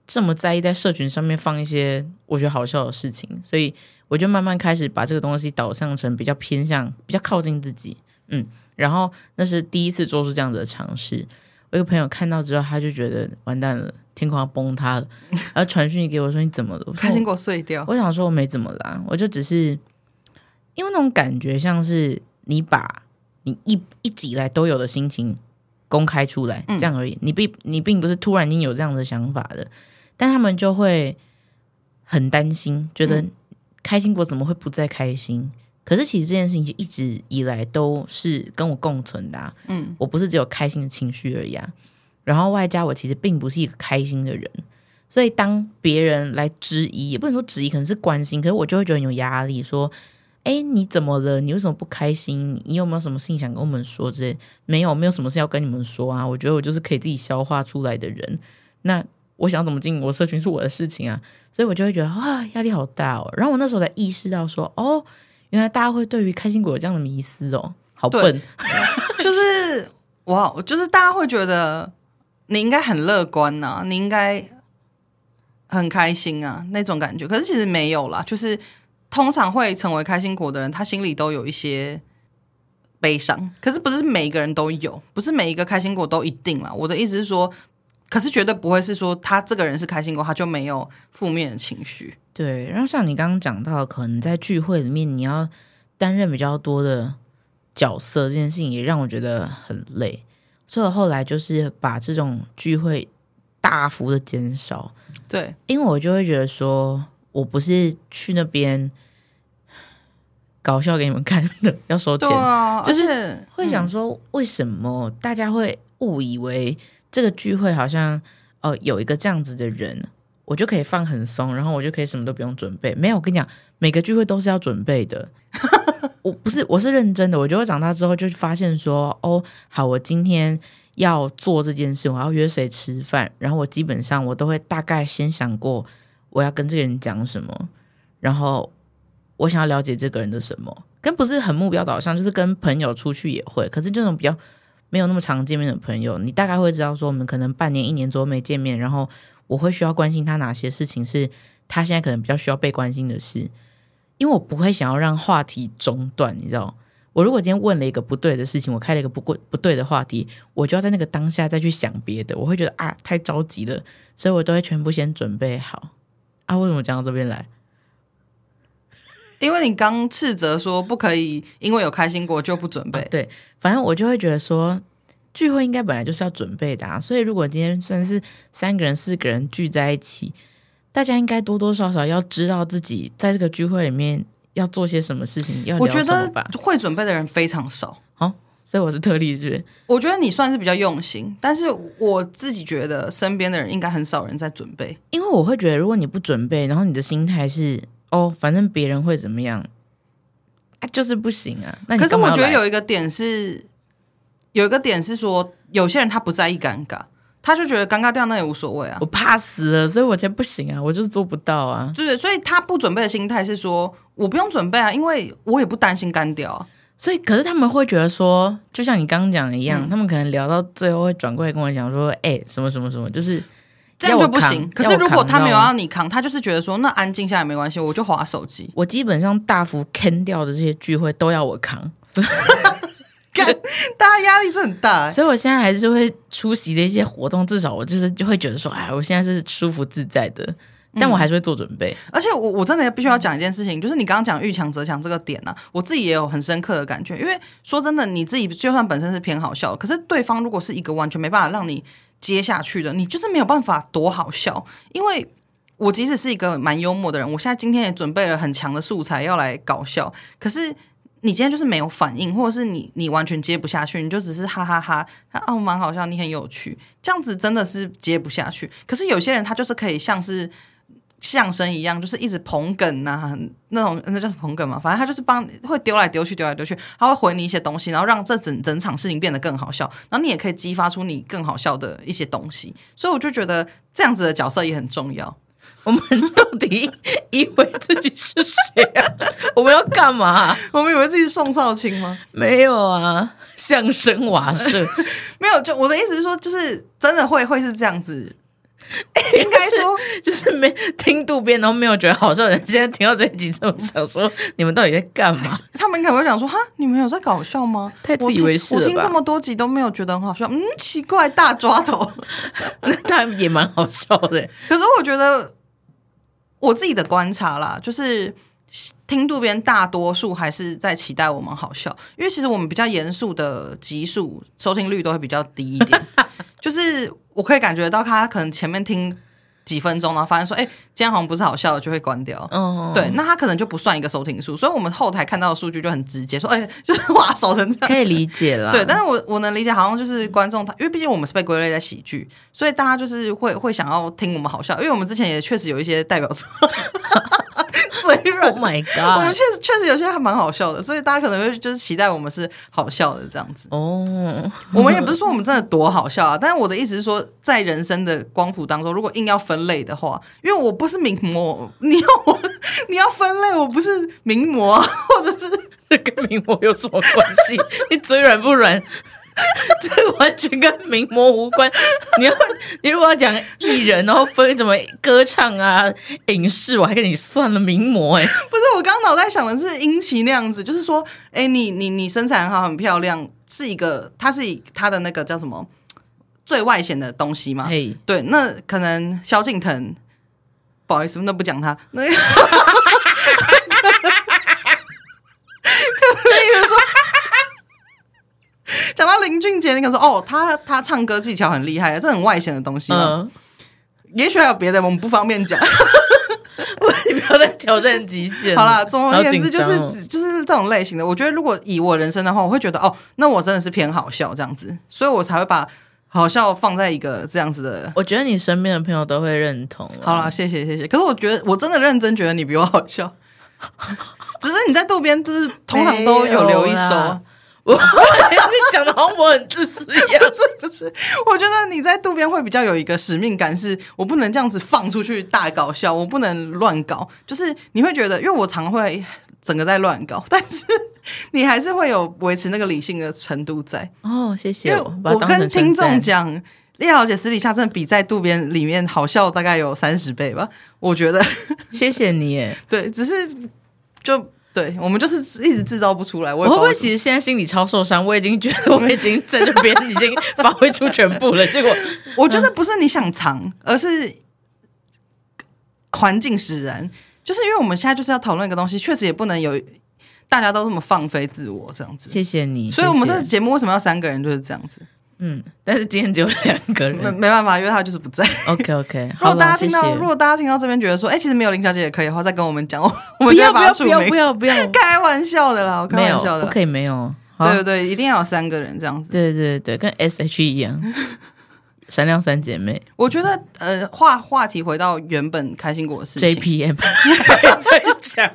B: 这么在意在社群上面放一些我觉得好笑的事情，所以我就慢慢开始把这个东西导向成比较偏向、比较靠近自己，嗯，然后那是第一次做出这样子的尝试。我有个朋友看到之后，他就觉得完蛋了，天空要崩塌了， (laughs) 然后传讯息给我说你怎么了？我说
A: 开心果碎掉，
B: 我想说我没怎么啦，我就只是因为那种感觉像是你把你一一直以来都有的心情公开出来，这样而已。你并你并不是突然间有这样的想法的，但他们就会很担心，觉得开心果怎么会不再开心？可是其实这件事情就一直以来都是跟我共存的、啊，嗯，我不是只有开心的情绪而已啊。然后外加我其实并不是一个开心的人，所以当别人来质疑，也不能说质疑，可能是关心，可是我就会觉得很有压力，说，哎，你怎么了？你为什么不开心？你有没有什么事情想跟我们说之类？没有，没有什么事要跟你们说啊。我觉得我就是可以自己消化出来的人。那我想怎么经营我的社群是我的事情啊，所以我就会觉得啊，压力好大哦。然后我那时候才意识到说，哦，原来大家会对于开心果有这样的迷思哦，好
A: 对
B: 笨。
A: 就是哇，就是大家会觉得你应该很乐观呐、你应该很开心啊那种感觉。可是其实没有啦，就是通常会成为开心果的人，他心里都有一些悲伤。可是不是每一个人都有，不是每一个开心果都一定啦。我的意思是说，可是绝对不会是说他这个人是开心果，他就没有负面的情绪。
B: 对，然后像你刚刚讲到，可能在聚会里面你要担任比较多的角色，这件事情也让我觉得很累，所以我后来就是把这种聚会大幅的减少，
A: 对，
B: 因为我就会觉得说，我不是去那边搞笑给你们看的， (laughs) 要收钱
A: 对，啊，
B: 就是
A: 是
B: 会想说，为什么大家会误以为这个聚会好像哦、呃有一个这样子的人，我就可以放很松，然后我就可以什么都不用准备？没有，我跟你讲，每个聚会都是要准备的。我不是，我是认真的。我觉得长大之后就发现说，哦，好，我今天要做这件事，我要约谁吃饭，然后我基本上我都会大概先想过我要跟这个人讲什么，然后我想要了解这个人的什么，跟不是很目标导向，就是跟朋友出去也会，可是这种比较没有那么常见面的朋友，你大概会知道说我们可能半年、一年左右没见面，然后我会需要关心他哪些事情是他现在可能比较需要被关心的事，因为我不会想要让话题中断，你知道。我如果今天问了一个不对的事情，我开了一个不过不对的话题，我就要在那个当下再去想别的，我会觉得啊太着急了，所以我都会全部先准备好啊。为什么讲到这边来？
A: 因为你刚斥责说不可以，因为有开心果就不准备。
B: 啊对，反正我就会觉得说，聚会应该本来就是要准备的、啊，所以如果今天算是三个人、四个人聚在一起，大家应该多多少少要知道自己在这个聚会里面要做些什么事情，要
A: 我
B: 聊
A: 觉
B: 什么
A: 得
B: 吧。
A: 会准备的人非常少。
B: 所以我是特例日，
A: 我觉得你算是比较用心，但是我自己觉得身边的人应该很少人在准备。
B: 因为我会觉得，如果你不准备，然后你的心态是哦，反正别人会怎么样。啊，就是不行啊！那你
A: 可是
B: 干嘛
A: 我
B: 要
A: 觉得
B: 来
A: 有一个点是，有一个点是说，有些人他不在意尴尬，他就觉得尴尬掉那也无所谓啊
B: 我。怕死了，所以我才不行啊！我就是做不到啊！
A: 对，所以他不准备的心态是说，我不用准备啊，因为我也不担心干掉啊。
B: 所以，可是他们会觉得说，就像你刚刚讲的一样，他们可能聊到最后会转过来跟我讲说：“哎、什么什么什么，就是
A: 这样
B: 要
A: 就
B: 我
A: 不
B: 扛
A: 行。可
B: 要
A: 是
B: 我
A: 如果
B: 扛
A: 他没有
B: 到
A: 要你扛，他就是觉得说，那安静下来没关系，我就划手
B: (laughs)
A: 机。
B: 我基本上大幅坑掉的这些聚会都要我扛，
A: 大家压力是很大、欸，
B: 所以我现在还是会出席的一些活动，至少我就是就会觉得说，哎，我现在是舒服自在的，但我还是会做准备。 (laughs)
A: 而且我我真的必须要讲一件事情，就是你刚刚讲遇强则强这个点呢、啊，我自己也有很深刻的感觉。因为说真的，你自己就算本身是偏好笑，可是对方如果是一个完全没办法让你接下去的，你就是没有办法多好笑。因为我即使是一个蛮幽默的人，我现在今天也准备了很强的素材要来搞笑，可是。你今天就是没有反应，或者是你你完全接不下去，你就只是哈哈哈啊，蛮好笑，你很有趣，这样子真的是接不下去。可是有些人他就是可以像是相声一样，就是一直捧梗呐、那种那叫什么捧梗嘛，反正他就是帮会丢来丢去，丢来丢去，他会回你一些东西，然后让这整整场事情变得更好笑，然后你也可以激发出你更好笑的一些东西，所以我就觉得这样子的角色也很重要。
B: 我们到底以为自己是谁啊？ (laughs) 我们要干嘛啊、
A: 我们以为自己是宋少卿吗？
B: 没有啊，相声瓦舍 (laughs)
A: 没有，就我的意思是说，就是真的会会是这样子，应该说
B: 就是没听渡边，然后没有觉得好笑的人，现在听到这一集之后想说，你们到底在干嘛？
A: 他们可能会想说：“哈，你们有在搞笑吗？”
B: 太自以为是了
A: 我
B: 吧
A: 听。我听这么多集都没有觉得很好笑，嗯，奇怪，大抓头。
B: 那 (laughs) 他也蛮好笑的，
A: 可是我觉得我自己的观察啦，就是听渡边大多数还是在期待我们好笑，因为其实我们比较严肃的集数收听率都会比较低一点，就是我可以感觉到他可能前面听。几分钟，然后发现说，哎、今天好像不是好笑的，就会关掉。
B: 嗯，
A: 对，那他可能就不算一个收听数，所以我们后台看到的数据就很直接，说，哎、就是哇，手成这样，
B: 可以理解 (laughs) 啦。
A: 对，但是我我能理解，好像就是观众他，因为毕竟我们是被归类在喜剧，所以大家就是会会想要听我们好笑，因为我们之前也确实有一些代表作， (laughs) 嘴软
B: Oh。my
A: 我们
B: god！
A: 确实确实有些还蛮好笑的，所以大家可能会就是期待我们是好笑的这样子。
B: 哦，
A: 我们也不是说我们真的多好笑啊，但是我的意思是说，在人生的光谱当中，如果硬要分类的话，因为我不是名模，你要我你要分类，我不是名模啊， (laughs) 或者是
B: (laughs) 这跟名模有什么关系？ (laughs) 你嘴软不软？ (laughs) 这完全跟名模无关。 (laughs) 你要你如果要讲艺人，然后分什么歌唱啊、影视，我还跟你算了名模哎、
A: 不是，我刚刚脑袋想的是殷琦那样子，就是说，哎、你你你身材很好，很漂亮，是一个，她是以她的那个叫什么最外显的东西嘛？
B: (laughs) 嘿，
A: 对，那可能萧敬腾，不好意思，那不讲他， (laughs) 那可能有人说。讲到林俊杰，你可能说哦，他他唱歌技巧很厉害，这很外显的东西嘛。
B: 嗯， (laughs)
A: 也许还有别的，我们不方便讲。
B: 你不要再挑战极限。
A: 好啦，总而言之就
B: 好
A: 是、
B: 紧张哦
A: 只就是这种类型的。我觉得如果以我人生的话，我会觉得哦，那我真的是偏好笑这样子，所以我才会把好笑放在一个这样子的。
B: 我觉得你身边的朋友都会认同啦
A: 好啦，谢谢谢谢。可是我觉得我真的认真觉得你比我好笑， (laughs) 只是你在渡边就是通常都有留一手 (laughs) 啊。
B: 我你讲的好像我很自私一样。
A: 不 (laughs) 是，我觉得你在渡边会比较有一个使命感，是我不能这样子放出去大搞笑，我不能乱搞。就是你会觉得，因为我常会整个在乱搞， (laughs) 但是你还是会有维持那个理性的程度在。
B: (laughs) 哦，谢
A: 因
B: 谢
A: 为
B: 我，把它
A: 我
B: 当
A: 跟
B: 成
A: 听
B: 称赞
A: 众讲，叶小姐私底下真的比在渡边里面好笑大概有三十倍吧，我觉得。 (laughs)
B: 谢谢你耶。
A: 对，只是就对我们就是一直制造不出来。我
B: 我
A: 也
B: 会
A: 不知道
B: 不会其实现在心里超受伤？我已经觉得我已经在这边已经发挥出全部了，结
A: (laughs)
B: 果
A: 我觉得不是你想藏，而是环境使然。就是因为我们现在就是要讨论一个东西，确实也不能有大家都这么放飞自我这样子。
B: 谢谢你。
A: 所以，我们这
B: 谢谢
A: 个节目为什么要三个人就是这样子？
B: 嗯，但是今天只有两个
A: 没
B: 人。
A: 没办法，因为他就是不在。
B: OK OK，
A: 嗯如
B: 好
A: 果大
B: 啦，
A: 家
B: 谢
A: 听
B: 谢
A: 到，。如果大家听到这边觉得说，哎、其实没有林小姐也可以的话，再跟我们讲，我我
B: (laughs) 不
A: 们再
B: 要不
A: 把它
B: 要
A: 除
B: 不要
A: 名
B: 不。要不要，
A: 开玩笑的啦， (laughs) 我开
B: 没
A: 玩
B: 有
A: 笑的
B: 不
A: 啦。
B: 可以没有。好，
A: 对对对，一定要有三个人这样子。
B: 对对对，跟 S H E 一
A: (laughs)
B: 样，闪亮三姐妹
A: 我觉得，呃，话话题回到原本开心果的事情
B: J P
A: (laughs)
B: M 在讲，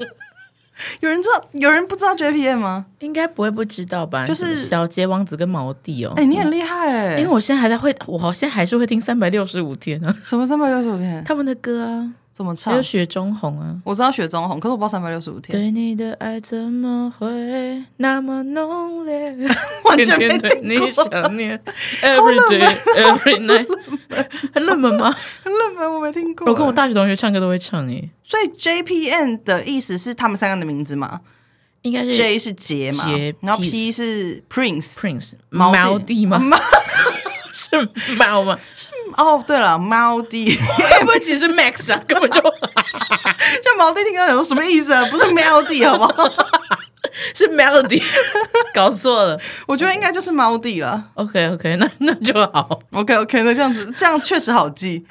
A: 有人知道，有人不知道 JPM 吗？
B: 应该不会不知道吧？
A: 就是
B: 什么小杰王子跟毛弟哦
A: 哎、。你很厉害哎、
B: 因为我现在还在会，我好像还是会听三百六十五天啊，
A: 什么三百六十五天？
B: (laughs) 他们的歌啊，
A: 怎么唱
B: 还有？雪中红啊。
A: 我知道雪中红，可是我不知道三百六十五天，
B: 对你的爱怎么会那么浓 (laughs) 烈？
A: 完全没
B: 天对
A: 听
B: 你
A: 过。
B: 想念，every day (laughs) every night，很啊冷啊门吗？
A: 很冷门，我没听过。
B: 我跟我大学同学唱歌都会唱诶，
A: 所以 JPM 的意思是他们三个人的名字嘛
B: 应该是
A: ？J 是杰嘛
B: 杰，
A: 然后
B: Peace
A: P 是 Prince，
B: Prince
A: 毛弟
B: 毛弟吗？ (laughs) 是毛 (laughs) 吗？
A: 哦，对了，猫弟， (laughs)
B: 会不会其实是 Max 啊？ (laughs) 根本就
A: 就毛弟听到想说什么意思啊？不是喵弟好不好？
B: 是 (laughs) Melody，搞错了。
A: 我觉得应该就是猫弟了。
B: OK OK，那 (laughs) 那就好。
A: OK OK，那这样子，这样确实好记。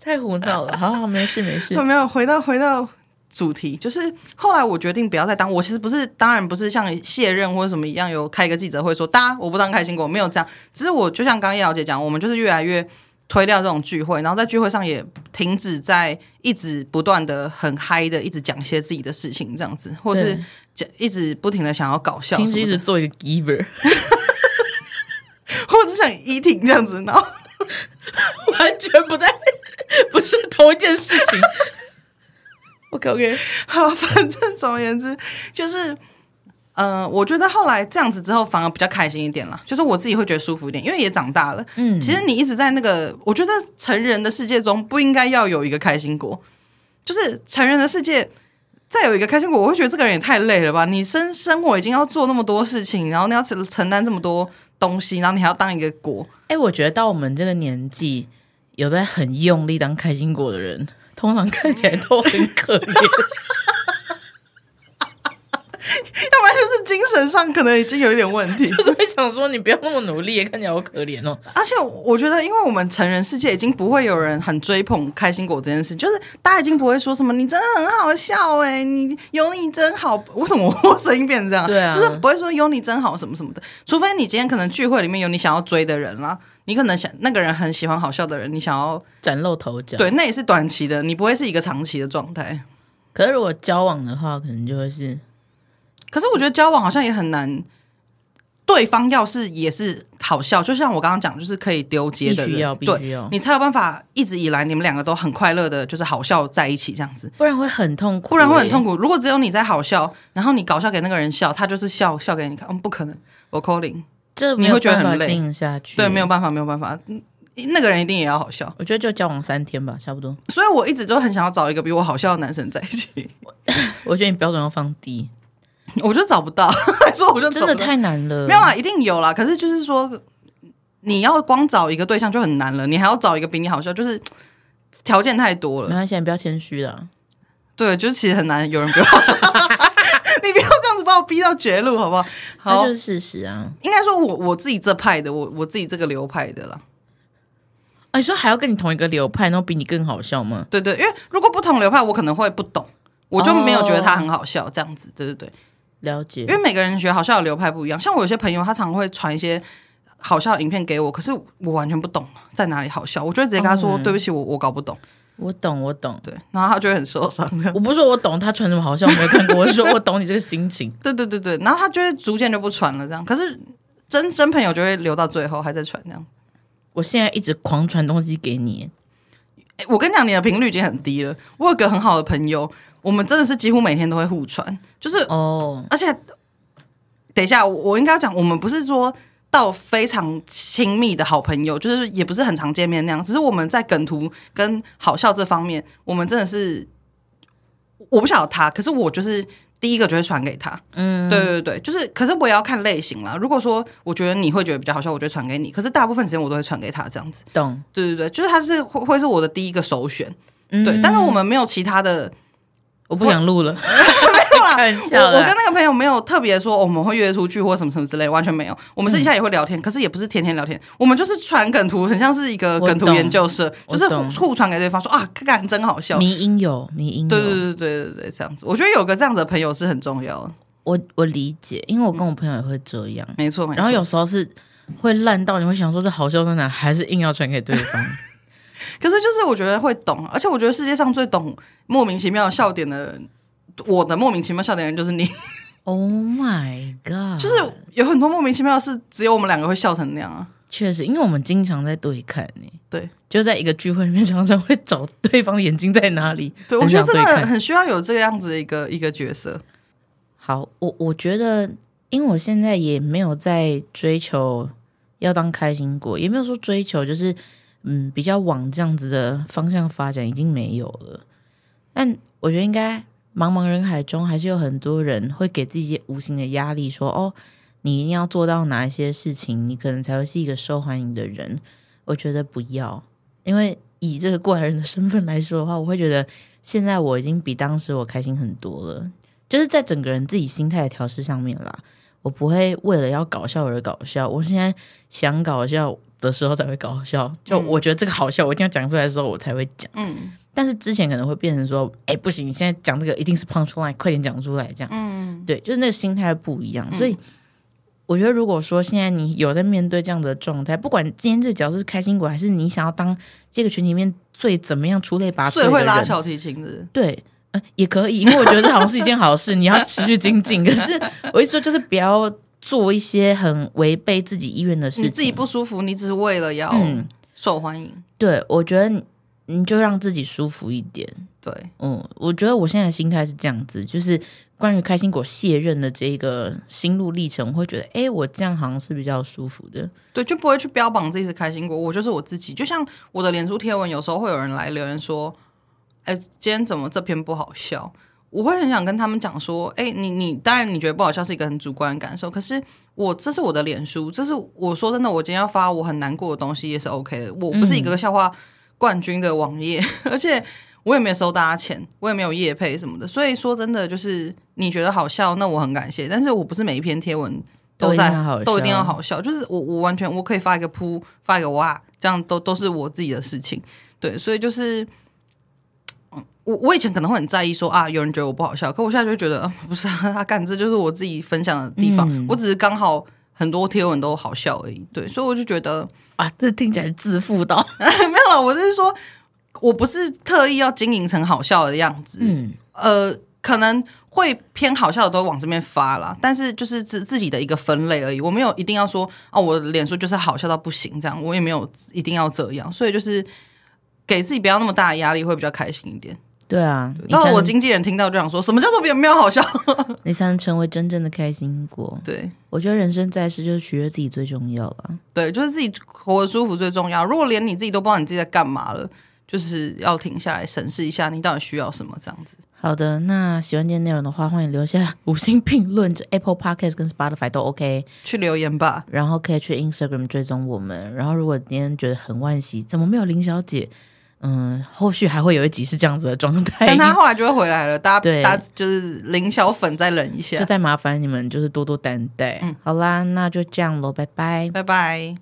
B: 太胡闹
A: (laughs)
B: 了，好好没事没事
A: 有。没有回到回到主题？就是后来我决定不要再当，我其实不是，当然不是像卸任或者什么一样，有开一个记者会说，大家我不当开心果，没有这样。只是我就像刚刚叶小姐讲，我们就是越来越推掉这种聚会，然后在聚会上也停止在一直不断的很嗨的，一直讲一些自己的事情这样子，或是
B: 对
A: 讲一直不停的想要搞笑什么
B: 平
A: 的，
B: 时一直做一个 giver，
A: 或者像怡婷这样子，然后 (laughs)
B: 完全不在， (laughs) 不是同一件事
A: (laughs)
B: 情。OK OK，
A: 好， (laughs) 反正总而言之，就是，呃，我觉得后来这样子之后，反而比较开心一点啦。就是我自己会觉得舒服一点，因为也长大了。嗯，其实你一直在那个，我觉得成人的世界中不应该要有一个开心果，就是成人的世界。再有一个开心果，我会觉得这个人也太累了吧！你生生活已经要做那么多事情，然后你要承承担这么多东西，然后你还要当一个果， (laughs)
B: 哎、我觉得到我们这个年纪，有在很用力当开心果的人，通常看起来都很可
A: (laughs)
B: 怜。
A: 要不然就是精神上可能已经有一点问题。
B: 就是会想说，你不要那么努力，看起来好可怜哦。
A: 而且我觉得，因为我们成人世界已经不会有人很追捧开心果这件事，就是大家已经不会说什么“你真的很好笑、欸”哎，你有你真好， (laughs) 为什么我声音变成这样？
B: 对啊
A: 就是不会说“有你真好”什么什么的，除非你今天可能聚会里面有你想要追的人啦，你可能想那个人很喜欢好笑的人，你想要
B: 崭露头角。，
A: 对，那也是短期的，你不会是一个长期的状态。
B: 可是如果交往的话，可能就会是
A: 可是我觉得交往好像也很难。对方要是也是好笑，就像我刚刚讲，就是可以丢接
B: 必
A: 的人，
B: 须要，必
A: 对，
B: 须要，
A: 你才有办法一直以来你们两个都很快乐的，就是好笑在一起这样子，
B: 不然会很痛苦、欸
A: 不然会很痛。苦。如果只有你在好笑，然后你搞笑给那个人笑，他就是笑笑给你看，嗯，不可能，我 calling，
B: 这
A: 你
B: 没有
A: 会觉得
B: 办法
A: 很累
B: 经营下去。
A: 对，没有。办法，没有办法，嗯那个人一定也要好笑。
B: 我觉得就交往三天吧，差不多。
A: 所以我一直都很想要找一个比我好笑的男生在一起， (laughs)
B: 我觉得你标准要放低，
A: 我就找不到，还说我就找
B: 真
A: 不
B: 的
A: 到
B: 太难了。
A: 没有啦，一定有啦。可是就是说，你要光找一个对象就很难了，你还要找一个比你好笑，就是条件太多了
B: 没。关系，你不要谦虚啦。
A: 对，就是其实很难有人不要笑。 (laughs) 你不要这样子把我逼到绝路，好不好？
B: 那
A: 好
B: 就，是事实啊。
A: 应该说我我自己这派的，我我自己这个流派的啦。
B: 啊，你说还要跟你同一个流派，然后比你更好笑吗？
A: 对对，因为如果不同流派，我可能会不懂，我就没有觉得他很好笑、这样子。对对对，
B: 了解
A: 因。为每个人觉得好笑的流派不一样。像我有些朋友，他常会传一些好笑的影片给我，可是我完全不懂在哪里好笑，我就会直接跟他
B: 哦
A: 说：“对不起，我我搞不懂。
B: 我懂，我懂”。
A: 对，然后他就会很受伤。这样
B: 我不是说我懂他穿什么好笑，我没有看过。我是说我懂你这个心情。
A: 对对对对，然后他就会逐渐就不传了，这样。可是真真朋友就会留到最后还在传这样。
B: 我现在一直狂传东西给你，
A: 欸我跟你讲，你的频率已经很低了。我有个很好的朋友，我们真的是几乎每天都会互传，就是
B: 哦，
A: 而且，等一下，我我应该要讲，我们不是说到非常亲密的好朋友，就是也不是很常见面那样，只是我们在梗图跟好笑这方面，我们真的是，我不晓得他，可是我就是。第一个就会传给他，嗯，对对对，就是，可是我也要看类型啦。如果说我觉得你会觉得比较好笑，我就会传给你。可是大部分时间我都会传给他这样子。
B: 懂。
A: 对对对，就是他是会会是我的第一个首选，对。但是我们没有其他的，
B: 我不想录了， (laughs)
A: 没有啦
B: 开玩
A: 我
B: 笑
A: 我
B: 的
A: 跟那个朋友没有特别说、哦我们会约出去或什么什么之类，完全没有。我们私底下也会聊天，可是也不是天天聊天，我们就是传梗图，很像是一个梗图
B: 我懂
A: 研究 (laughs) 社，
B: 我
A: 就是
B: 懂
A: 互互传给对方说啊，看真好笑。
B: 迷音有迷音有，
A: 对对对对对对，这样子，我觉得有个这样子的朋友是很重要的，
B: 我我理解，因为我跟我朋友也会这样，
A: 没错没错。
B: 然后有时候是会烂到你会想说这好笑在哪，还是硬要传给对方，
A: 可是就是我觉得会懂，而且我觉得世界上最懂莫名其妙笑点的，我的莫名其妙笑点的人
B: (laughs)
A: 就是你。
B: ？Oh my god！
A: 就是有很多莫名其妙的事，只有我们两个会笑成那样啊。
B: 确实，因为我们经常在对看呢、
A: 对
B: 就在一个聚会里面，常常会找对方的眼睛在哪里。
A: 对，我
B: 很
A: 觉
B: 想
A: 得真的
B: 对看
A: 很需要有这样子的一个一个角色。
B: 好，我我觉得，因为我现在也没有在追求要当开心果，也没有说追求，就是嗯，比较往这样子的方向发展，已经没有了。但我觉得应该茫茫人海中，还是有很多人会给自己无形的压力说哦，你一定要做到哪一些事情，你可能才会是一个受欢迎的人。我觉得不要，因为以这个过来人的身份来说的话，我会觉得现在我已经比当时我开心很多了。就是在整个人自己心态的调试上面啦。我不会为了要搞笑而搞笑，我现在想搞笑的时候才会搞笑。就我觉得这个好笑，我一定要讲出来的时候我才会讲。
A: 嗯
B: 但是之前可能会变成说，哎，不行，你现在讲这个一定是 punch line，快点讲出来这样。
A: 嗯，
B: 对，就是那个心态不一样，所以我觉得如果说现在你有在面对这样的状态，不管今天这个角色是开心果，还是你想要当这个群体里面最怎么样出类拔萃
A: 最
B: 的
A: 会拉
B: 人
A: 小提琴的人，
B: 对，呃，也可以，因为我觉得这好像是一件好 (laughs) 事，你要持续精进。可是我一说就是不要做一些很违背自己意愿的事情，
A: 你自己不舒服，你只是为了要
B: 嗯，
A: 受欢迎，
B: 对，我觉得你你就让自己舒服一点。
A: 对，
B: 嗯，我觉得我现在的心态是这样子，就是关于开心果卸任的这个心路历程，我会觉得，哎，我这样好像是比较舒服的。
A: 对，就不会去标榜自己是开心果，我就是我自己。就像我的脸书贴文，有时候会有人来留言说：“哎，今天怎么这篇不好笑？”我会很想跟他们讲说：“哎，你你当然你觉得不好笑是一个很主观的感受，可是我这是我的脸书，这是我说真的，我今天要发我很难过的东西也是 OK 的。我不
B: 嗯
A: 是一个笑话冠军的网页， (laughs) 而且我也没收大家钱，我也没有业配什么的。所以说真的，就是你觉得好笑，那我很感谢。但是我不是每一篇贴文
B: 都
A: 都
B: 一
A: 在
B: 定要好
A: 都一定要
B: 笑
A: 好笑，就是我我完全我可以发一个噗，发一个哇，这样都都是我自己的事情。对，所以就是。嗯我我以前可能会很在意说啊，有人觉得我不好笑，可我现在就会觉得、啊、不是啊，他干这就是我自己分享的地方，
B: 嗯
A: 我只是刚好很多贴文都好笑而已。对，所以我就觉得，
B: 啊，这听起来自负到，
A: 没有了，我是说，我不是特意要经营成好笑的样子，
B: 嗯，
A: 呃，可能会偏好笑的都往这边发啦，但是就是自自己的一个分类而已，我没有一定要说哦，我的脸书就是好笑到不行这样，我也没有一定要这样，所以就是给自己不要那么大的压力，会比较开心一点。
B: 对 (laughs) 啊，你
A: 到
B: 才
A: 时候我
B: 能
A: 经纪人听到就想说，什么叫做别人没有好笑？ (laughs)
B: 你才能成为真正的开心果。
A: 对。
B: 我觉得人生在世就是取悦自己最重要了。
A: 对，就是自己活得舒服最重要。如果连你自己都不知道你自己在干嘛了，就是要停下来审视一下你到底需要什么这样子。
B: 好的，那喜欢今天内容的话，欢迎留下 (laughs) 五星评论，就 Apple Podcast 跟 Spotify 都 OK。
A: 去留言吧。
B: 然后可以去 Instagram 追踪我们。然后如果今天觉得很惋惜，怎么没有林小姐？嗯，后续还会有一集是这样子的状态，
A: 但
B: (laughs)
A: 他后来就会回来了，大家
B: 哎对
A: 大家就是零小粉再忍一下
B: 就，再麻烦你们就是多多担待。好啦，那就这样喽，拜拜。
A: 拜拜。